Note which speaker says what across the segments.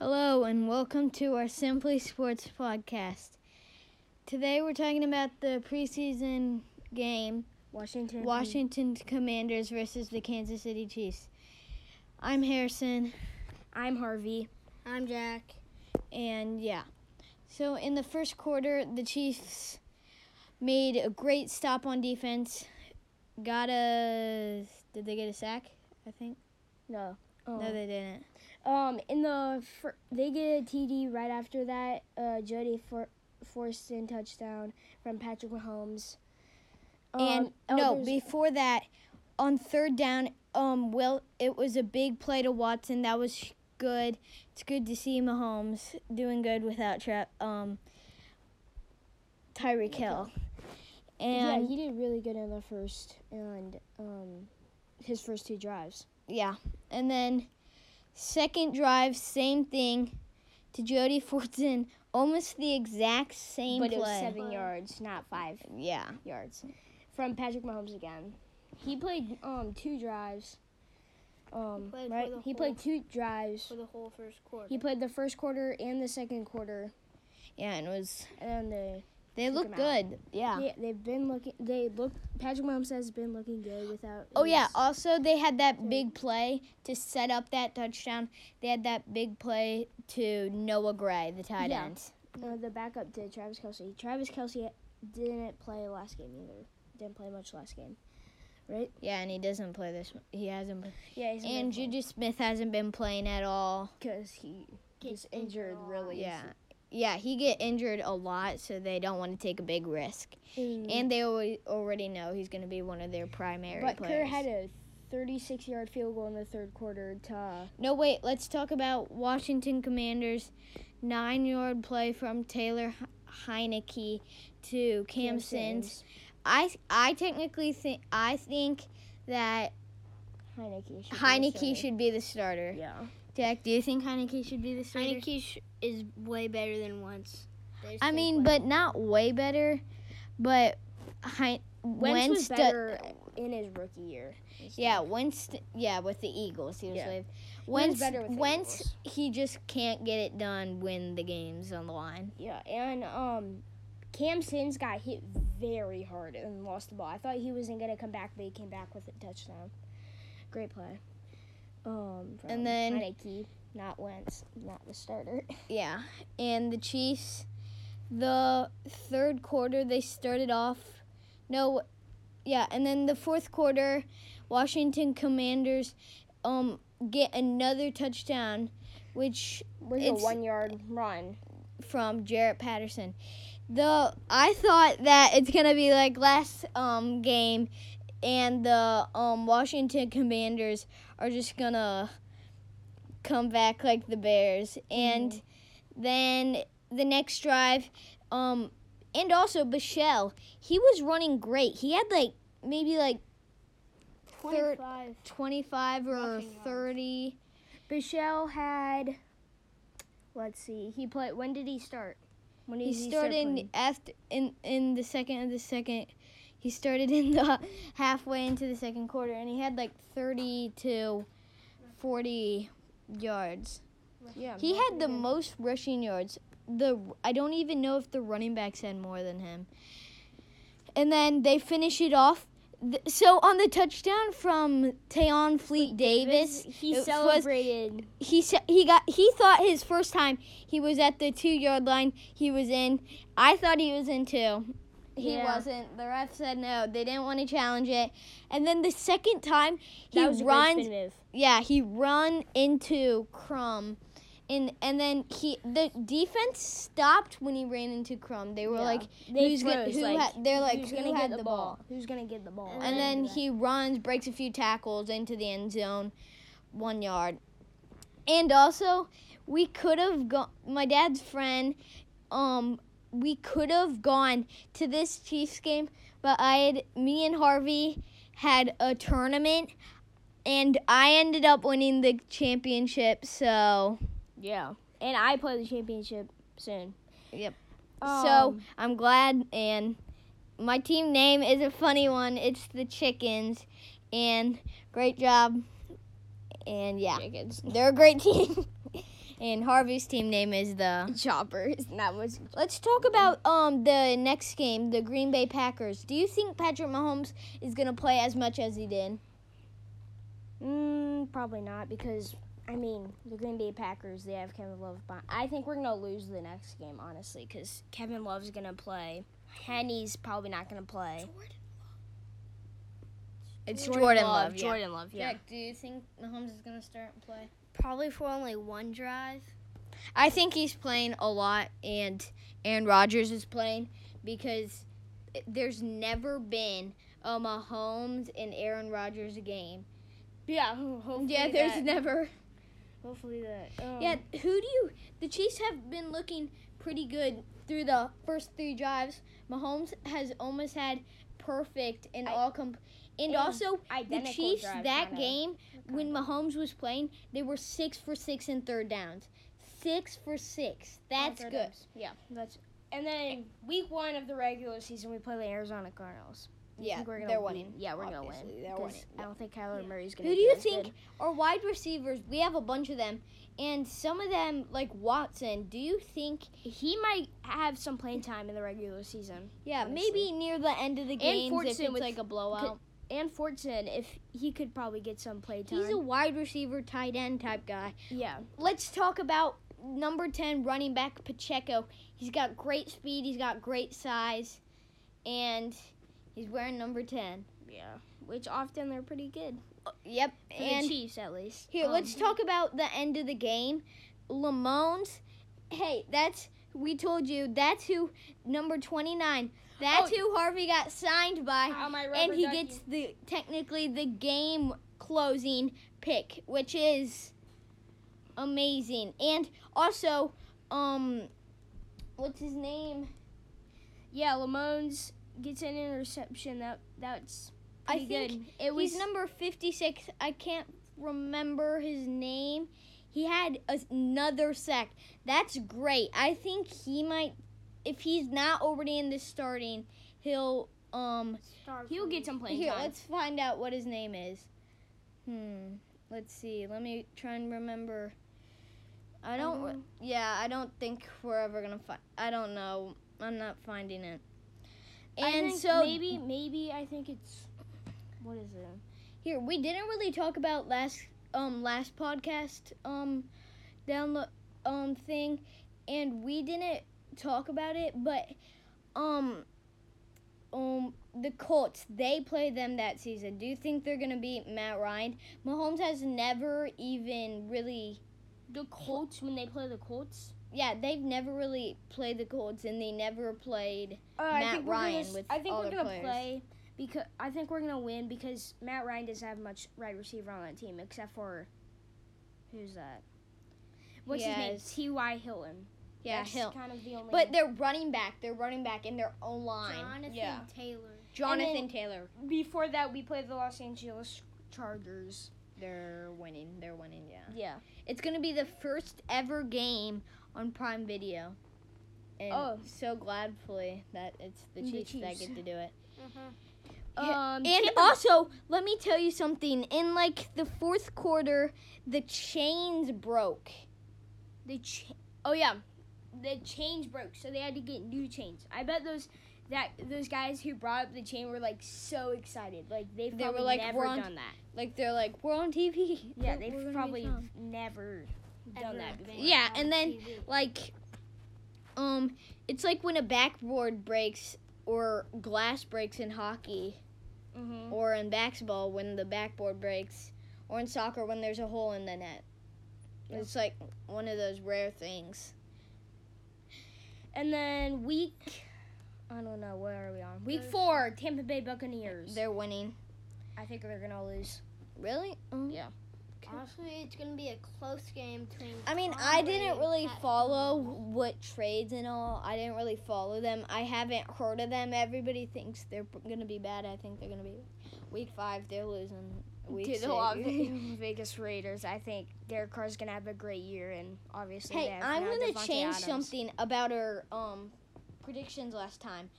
Speaker 1: Hello, and welcome to our Simply Sports podcast. Today we're talking about the preseason game
Speaker 2: Washington.
Speaker 1: Washington Commanders versus the Kansas City Chiefs. I'm Harrison,
Speaker 2: I'm Harvey. I'm Jack.
Speaker 1: and yeah. So, in the first quarter, the Chiefs made a great stop on defense. Got a. Did they get a sack? I think.
Speaker 2: No.
Speaker 1: No, they didn't.
Speaker 2: Oh. um, in the fir- they get a TD right after that. Uh, Jody for forced in touchdown from Patrick Mahomes.
Speaker 1: And
Speaker 2: Um,
Speaker 1: no,
Speaker 2: Elders-
Speaker 1: before that, on third down, um, Will it was a big play to Watson. That was sh- good. It's good to see Mahomes doing good without trap. Um, Tyreek Hill,
Speaker 2: yeah,
Speaker 1: and
Speaker 2: he did really good in the first and um, his first two drives.
Speaker 1: yeah, and then second drive, same thing to Jody Fortson, almost the exact same
Speaker 2: but
Speaker 1: play.
Speaker 2: it was seven yards, not five
Speaker 1: Yeah,
Speaker 2: yards, from Patrick Mahomes again. He played um two drives. Um,
Speaker 3: played for
Speaker 2: right?
Speaker 3: the
Speaker 2: He
Speaker 3: whole-
Speaker 2: played two drives.
Speaker 3: for the whole first quarter.
Speaker 2: He played the first quarter and the second quarter,
Speaker 1: yeah, and it was
Speaker 2: and then they
Speaker 1: they
Speaker 2: Took
Speaker 1: look
Speaker 2: him out.
Speaker 1: good. Yeah.
Speaker 2: they they've been looking. They look. Patrick Mahomes has been looking good without.
Speaker 1: Oh yeah.
Speaker 2: his-
Speaker 1: Also, they had that big play to set up that touchdown. They had that big play to Noah Gray, the tight
Speaker 2: Yeah.
Speaker 1: end.
Speaker 2: uh, the backup to Travis Kelsey. Travis Kelsey didn't play last game either. Didn't play much last game, right?
Speaker 1: Yeah, and he doesn't play this. one. He hasn't. Been,
Speaker 2: Yeah, he's
Speaker 1: and Juju Smith hasn't been playing at all.
Speaker 2: because he gets
Speaker 3: injured
Speaker 2: injured
Speaker 3: a lot.
Speaker 2: really.
Speaker 1: Yeah. Yeah, he get injured a lot, so they don't want to take a big risk.
Speaker 2: easy.
Speaker 1: And they alwa- already know he's going to be one of their primary
Speaker 2: but Kerr
Speaker 1: players.
Speaker 2: had a 36-yard field goal in the third quarter to.
Speaker 1: No, wait. Let's talk about Washington Commanders' nine-yard play from Taylor He- Heineke to Cam,
Speaker 2: Cam
Speaker 1: Sins.
Speaker 2: Sims.
Speaker 1: I I technically think I think that
Speaker 2: Heineke. should be
Speaker 1: Heineke
Speaker 2: starting.
Speaker 1: should be the starter.
Speaker 2: Yeah.
Speaker 1: Jack, do you think Heineke should be the starter?
Speaker 3: Heineke sh- is way better than once. They
Speaker 1: I
Speaker 3: still
Speaker 1: mean,
Speaker 3: play.
Speaker 1: but not way better, but Hein
Speaker 2: Wentz, was
Speaker 1: do-
Speaker 2: better in his rookie year.
Speaker 1: Yeah, Wentz. Yeah, with the Eagles, he was
Speaker 2: Yeah.
Speaker 1: way.
Speaker 2: was
Speaker 1: Wentz,
Speaker 2: better with the
Speaker 1: Wentz,
Speaker 2: Eagles.
Speaker 1: he just can't get it done when the game's on the line.
Speaker 2: Yeah, and um, Cam Sims got hit very hard and lost the ball. I thought he wasn't gonna come back, but he came back with a touchdown. Great play. Um, from
Speaker 1: And then-
Speaker 2: Heineke, not Wentz, not the starter.
Speaker 1: Yeah, and the Chiefs, the third quarter they started off, no, yeah, and then the fourth quarter, Washington Commanders, um, get another touchdown, which
Speaker 2: With
Speaker 1: It's-
Speaker 2: a one yard run.
Speaker 1: from Jarrett Patterson. The I thought that it's gonna be like last um game, and the um Washington Commanders are just gonna come back like the Bears, and
Speaker 2: Mm-hmm.
Speaker 1: then the next drive, um, and also Bichelle, he was running great. He had like maybe like third-
Speaker 3: 25.
Speaker 1: twenty five or
Speaker 3: Rushing yards.
Speaker 1: thirty.
Speaker 2: Bichelle had. Let's see. He played. When did he start? When did
Speaker 1: He
Speaker 2: start
Speaker 1: started in
Speaker 2: playing?
Speaker 1: after in in the second of the second. He started in the halfway into the second quarter, and he had like thirty to forty yards.
Speaker 2: Yeah.
Speaker 1: He had the most rushing yards. The I don't even know if the running backs had more than him. And then they finish it off. Th- So on the touchdown from Tayon Fleet Davis,
Speaker 2: He
Speaker 1: it was-
Speaker 2: celebrated.
Speaker 1: he sa- he got he thought his first time he was at the two yard line he was in i thought he was in two he
Speaker 2: Yeah.
Speaker 1: wasn't the ref said no they didn't want to challenge it and then the second time he
Speaker 2: that was a great
Speaker 1: runs
Speaker 2: spin move.
Speaker 1: yeah he run into crumb and and then he the defense stopped when he ran into crumb they were
Speaker 2: Yeah.
Speaker 1: like
Speaker 2: They
Speaker 1: who's gonna
Speaker 2: froze,
Speaker 1: who
Speaker 2: like,
Speaker 1: had they're like
Speaker 2: who's
Speaker 1: who
Speaker 2: gonna
Speaker 1: had
Speaker 2: get the ball? Who's gonna get the ball?
Speaker 1: and then
Speaker 2: Yeah.
Speaker 1: he runs, breaks a few tackles into the end zone, one yard. And also, we could have gone. My dad's friend, um, we could have gone to this Chiefs game, but I had me and Harvey had a tournament, and I ended up winning the championship. So,
Speaker 2: yeah, and I play the championship soon.
Speaker 1: Yep. so
Speaker 2: Um,
Speaker 1: I'm glad. And my team name is a funny one. It's the Chickens, and great job. And yeah,
Speaker 2: Chickens.
Speaker 1: they're a great team. and Harvey's team name is the.
Speaker 2: Choppers. And that was
Speaker 1: Let's talk about um the next game, the Green Bay Packers. Do you think Patrick Mahomes is gonna play as much as he did?
Speaker 2: mm, probably not because I mean the Green Bay Packers they have Kevin Love. But I think we're gonna lose the next game honestly because Kevin Love's gonna play. Henny's probably not gonna play.
Speaker 1: It's
Speaker 2: Jordan Love. Yeah.
Speaker 1: do you think Mahomes is gonna start and play?
Speaker 3: Probably for only one drive.
Speaker 1: I think he's playing a lot, and Aaron Rodgers is playing because there's never been a Mahomes and Aaron Rodgers game.
Speaker 2: Yeah. Hopefully
Speaker 1: Yeah, there's never.
Speaker 2: Hopefully that. Um,
Speaker 1: Yeah, who do you? The Chiefs have been looking pretty good through the first three drives. Mahomes has almost had perfect and
Speaker 2: I-
Speaker 1: all comp. And
Speaker 2: And
Speaker 1: also, the
Speaker 2: identical
Speaker 1: Chiefs
Speaker 2: drives,
Speaker 1: that
Speaker 2: kinda.
Speaker 1: game when Mahomes was playing, they were six for six in third downs. Six for six. That's
Speaker 2: Third
Speaker 1: good.
Speaker 2: downs. Yeah, that's. And then week one of the regular season, we play the Arizona Cardinals. You
Speaker 1: Yeah,
Speaker 2: think we're gonna
Speaker 1: they're
Speaker 2: win?
Speaker 1: winning.
Speaker 2: Yeah, we're gonna
Speaker 1: Obviously,
Speaker 2: win.
Speaker 1: they're
Speaker 2: 'cause
Speaker 1: winning,
Speaker 2: I don't think Kyler Murray's gonna.
Speaker 1: Who do you
Speaker 2: as
Speaker 1: think
Speaker 2: good.
Speaker 1: are wide receivers? We have a bunch of them, and some of them, like Watson, do you think,
Speaker 2: he might have some playing time in the regular season?
Speaker 1: yeah,
Speaker 2: Honestly.
Speaker 1: maybe near the end of the game, if it's
Speaker 2: Fortson with-
Speaker 1: like a blowout?
Speaker 2: And Fortson, if he could probably get some play time.
Speaker 1: He's a wide receiver, tight end type guy.
Speaker 2: yeah.
Speaker 1: Let's talk about number 10 running back Pacheco. He's got great speed, he's got great size, and he's wearing number 10.
Speaker 2: Yeah. Which often they're pretty good.
Speaker 1: Uh, Yep,
Speaker 2: For
Speaker 1: and
Speaker 2: the Chiefs, at least.
Speaker 1: Here,
Speaker 2: Um,
Speaker 1: let's talk about the end of the game. Lamones, hey, that's we told you that's who number twenty nine. That's
Speaker 2: Oh.
Speaker 1: who Harvey got signed by,
Speaker 2: Oh, my
Speaker 1: and
Speaker 2: rubber
Speaker 1: he
Speaker 2: ducky.
Speaker 1: gets the technically the game closing pick, which is amazing. And also, um, what's his name?
Speaker 2: Yeah, Lamones gets an interception. That that's
Speaker 1: I
Speaker 2: pretty
Speaker 1: think
Speaker 2: good. It was
Speaker 1: he's number 56. I can't remember his name. He had a- another sack. That's great. I think he might if he's not already in the starting, he'll um
Speaker 2: he'll get some playing
Speaker 1: here,
Speaker 2: time.
Speaker 1: let's find out what his name is. Hmm. Let's see. Let me try and remember. I don't.
Speaker 2: don't-
Speaker 1: yeah, I don't think we're ever gonna find. I don't know. I'm not finding it.
Speaker 2: I
Speaker 1: And
Speaker 2: think
Speaker 1: so
Speaker 2: maybe maybe I think it's what is it?
Speaker 1: Here, we didn't really talk about last um last podcast um download um thing and we didn't talk about it, but um um the Colts, they play them that season. Do you think they're going to beat Matt Ryan? Mahomes has never even really
Speaker 2: The Colts when they play the Colts.
Speaker 1: yeah, they've never really played the Colts and they never played
Speaker 2: Uh,
Speaker 1: Matt
Speaker 2: we're gonna
Speaker 1: Ryan
Speaker 2: s-
Speaker 1: with
Speaker 2: I think
Speaker 1: all
Speaker 2: we're
Speaker 1: their
Speaker 2: gonna
Speaker 1: players.
Speaker 2: play because I think we're gonna win because Matt Ryan doesn't have much right receiver on that team except for who's that? What's
Speaker 1: Yes.
Speaker 2: his name? T. Y. Hilton.
Speaker 1: yeah,
Speaker 2: That's
Speaker 1: Hill.
Speaker 2: Kind of the only.
Speaker 1: But they're running back, they're running back in their own line.
Speaker 3: Jonathan
Speaker 2: Yeah.
Speaker 3: Taylor.
Speaker 1: Jonathan
Speaker 2: then-
Speaker 1: Taylor.
Speaker 2: before that, we played the Los Angeles Chargers.
Speaker 1: They're winning. They're winning, yeah.
Speaker 2: Yeah.
Speaker 1: It's gonna be the first ever game on Prime Video. And
Speaker 2: Oh.
Speaker 1: so gladfully that it's the
Speaker 2: The
Speaker 1: Chiefs, Mm-hmm. that
Speaker 2: Chiefs.
Speaker 1: get to do it. Yeah, and
Speaker 2: Um. Tampa-
Speaker 1: also, let me tell you something. In like the fourth quarter, the chains broke.
Speaker 2: the cha- oh yeah, the chains broke, so they had to get new chains. I bet those that those guys who brought up the chain were like so excited, like they've
Speaker 1: They were
Speaker 2: probably
Speaker 1: like,
Speaker 2: never
Speaker 1: "We're on-
Speaker 2: done that.
Speaker 1: Like they're like, we're on TV.
Speaker 2: Yeah,
Speaker 1: We're-
Speaker 2: they've
Speaker 1: we're gonna be
Speaker 2: probably
Speaker 1: on."
Speaker 2: never done that
Speaker 3: Ever
Speaker 2: before.
Speaker 3: been
Speaker 1: Yeah,
Speaker 3: on
Speaker 1: and then-
Speaker 3: TV.
Speaker 1: like, um, it's like when a backboard breaks or glass breaks in hockey.
Speaker 2: Mm-hmm.
Speaker 1: or in basketball when the backboard breaks, or in soccer when there's a hole in the net.
Speaker 2: Yeah.
Speaker 1: It's like one of those rare things.
Speaker 2: And then week, I don't know where are we on? Week
Speaker 3: Those-
Speaker 2: four, Tampa Bay Buccaneers.
Speaker 1: They're winning.
Speaker 2: I think they're gonna lose.
Speaker 1: Really? Oh.
Speaker 2: Yeah.
Speaker 3: Honestly, it's gonna be a close game between.
Speaker 1: I mean,
Speaker 3: Tom
Speaker 1: I
Speaker 3: Brady
Speaker 1: didn't
Speaker 3: and
Speaker 1: really
Speaker 3: Pat
Speaker 1: follow
Speaker 3: Mahomes.
Speaker 1: what trades and all. I didn't really follow them. I haven't heard of them. Everybody thinks they're p- gonna be bad. I think they're gonna be week five. They're losing. Week
Speaker 2: To
Speaker 1: six.
Speaker 2: the Las Vegas Raiders, I think Derek Carr's gonna have a great year, and obviously they
Speaker 1: Hey,
Speaker 2: have
Speaker 1: I'm
Speaker 2: now
Speaker 1: gonna
Speaker 2: Devontae
Speaker 1: change
Speaker 2: Adams.
Speaker 1: something about our um predictions last time.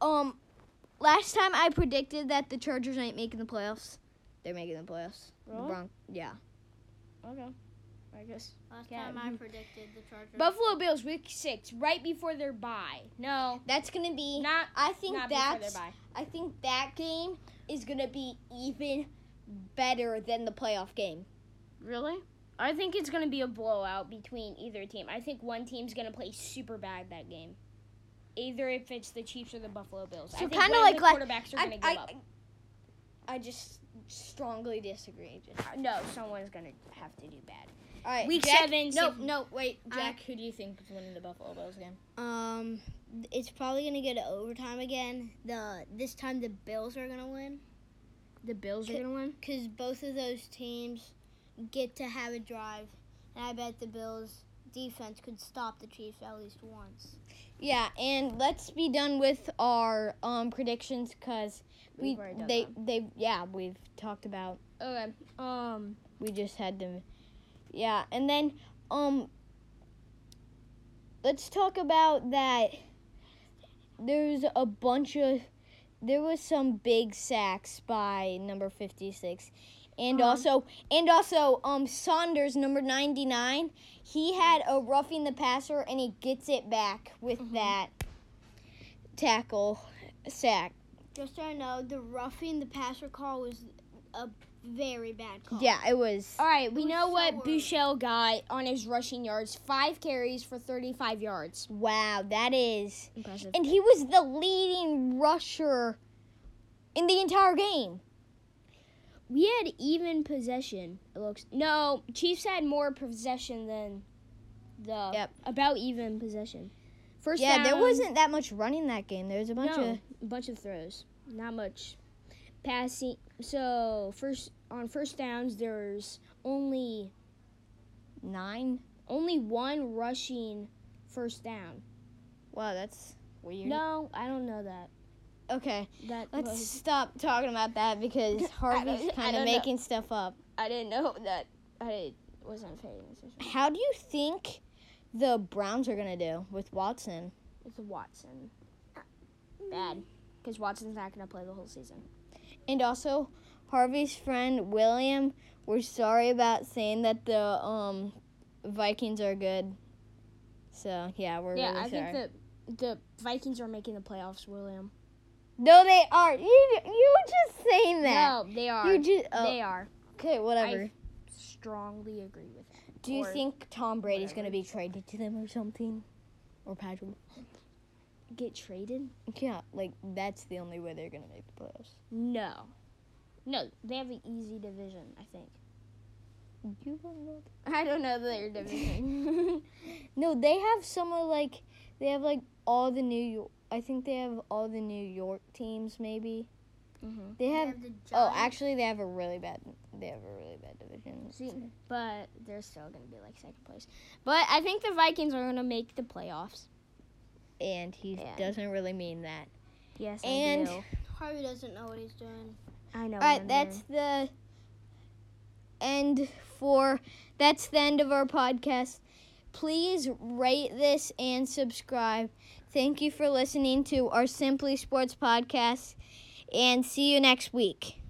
Speaker 1: Um, last time I predicted that the Chargers ain't making the playoffs. They're making the playoffs. The
Speaker 2: Really?
Speaker 1: Bron- yeah.
Speaker 2: Okay. I guess.
Speaker 3: Last
Speaker 2: Yeah.
Speaker 3: time I predicted the Chargers.
Speaker 2: Buffalo Bills week six, right before their bye. No,
Speaker 1: That's gonna be.
Speaker 2: not
Speaker 1: I think
Speaker 2: not before their
Speaker 1: that's.
Speaker 2: bye.
Speaker 1: I think that game is gonna be even better than the playoff game.
Speaker 2: Really? I think it's gonna be a blowout between either team. I think one team's gonna play super bad that game. Either if it's the Chiefs or the Buffalo Bills. I
Speaker 1: So
Speaker 2: think
Speaker 1: kinda
Speaker 2: one
Speaker 1: like
Speaker 2: the
Speaker 1: la-
Speaker 2: quarterbacks are
Speaker 1: I,
Speaker 2: gonna give
Speaker 1: I,
Speaker 2: up.
Speaker 1: I just strongly disagree. Just,
Speaker 2: No, someone's gonna have to do bad.
Speaker 1: all right,
Speaker 2: Week
Speaker 1: Jack,
Speaker 2: seven,
Speaker 1: No,
Speaker 2: Sig-
Speaker 1: no, wait,
Speaker 3: I-
Speaker 1: Jack. who do you think is winning the Buffalo Bills game?
Speaker 3: Um, it's probably gonna go to overtime again. The this time the Bills are gonna win
Speaker 2: The Bills are
Speaker 3: Could-
Speaker 2: gonna win.
Speaker 3: because both of those teams get to have a drive, and I bet the Bills defense could stop the Chiefs at least once.
Speaker 1: Yeah, and let's be done with our um predictions because we
Speaker 2: We've already done
Speaker 1: they they yeah we've talked about
Speaker 2: Okay. Um.
Speaker 1: we just had them yeah and then um let's talk about that there's a bunch of there was some big sacks by number 56 and
Speaker 2: Um.
Speaker 1: also and also um Saunders number 99 he had a roughing the passer and he gets it back with that tackle sack
Speaker 3: Just so I know, the roughing the passer call was a very bad call.
Speaker 1: yeah it was
Speaker 2: All right. We
Speaker 3: Who's
Speaker 2: know what
Speaker 3: forward?
Speaker 2: Bouchel got on his rushing yards. Five carries for thirty-five yards.
Speaker 1: wow that is
Speaker 2: Impressive.
Speaker 1: And he was the leading rusher in the entire game.
Speaker 2: We had even possession. It looks no Chiefs had more possession than the
Speaker 1: Yep.
Speaker 2: about even possession. First
Speaker 1: yeah, there
Speaker 2: down,
Speaker 1: wasn't that much running that game. There was a bunch
Speaker 2: no,
Speaker 1: of
Speaker 2: a bunch of throws, not much passing. So first on first downs, there's only
Speaker 1: nine.
Speaker 2: only one rushing first down.
Speaker 1: Wow, that's weird.
Speaker 2: No, I don't know that.
Speaker 1: Okay,
Speaker 2: That
Speaker 1: let's
Speaker 2: was,
Speaker 1: stop talking about that because Harvey's kind
Speaker 2: I don't
Speaker 1: of
Speaker 2: know.
Speaker 1: making stuff up.
Speaker 2: I didn't know that. I wasn't paying attention.
Speaker 1: How do you think the Browns are gonna do with Watson?
Speaker 2: It's Watson. Bad, because Watson's not gonna play the whole season.
Speaker 1: And also, Harvey's friend William, we're sorry about saying that the um Vikings are good. So yeah, we're
Speaker 2: Yeah,
Speaker 1: really
Speaker 2: I
Speaker 1: sorry.
Speaker 2: think the the Vikings are making the playoffs, William.
Speaker 1: No, they are. You you were just saying that.
Speaker 2: No, they are.
Speaker 1: you just oh,
Speaker 2: They are.
Speaker 1: okay. Whatever.
Speaker 2: I strongly agree with that.
Speaker 1: Do you
Speaker 2: or
Speaker 1: think Tom Brady's gonna
Speaker 2: whatever.
Speaker 1: be traded to them or something, or Patrick?
Speaker 2: Get traded?
Speaker 1: Yeah, like that's the only way they're gonna make the playoffs.
Speaker 2: No. No, they have an easy division, I think.
Speaker 1: You don't know.
Speaker 2: I don't know their division.
Speaker 1: No, they have some of like they have like all the New York. I think they have all the New York teams. Maybe
Speaker 2: Mhm.
Speaker 1: they
Speaker 3: They
Speaker 1: have.
Speaker 3: have the
Speaker 1: oh,
Speaker 3: Giants.
Speaker 1: actually, they have a really bad. They have a really bad division.
Speaker 2: See, but they're still going to be like second place. But I think the Vikings are going to make the playoffs.
Speaker 1: And he
Speaker 2: Yeah.
Speaker 1: doesn't really mean that.
Speaker 2: Yes,
Speaker 1: And-
Speaker 2: I do.
Speaker 3: Harvey doesn't know what he's doing.
Speaker 2: I know.
Speaker 1: All right,
Speaker 2: what I'm
Speaker 1: that's
Speaker 2: doing.
Speaker 1: the end for that's the end of our podcast. Please rate this and subscribe. Thank you for listening to our Simply Sports podcast and see you next week.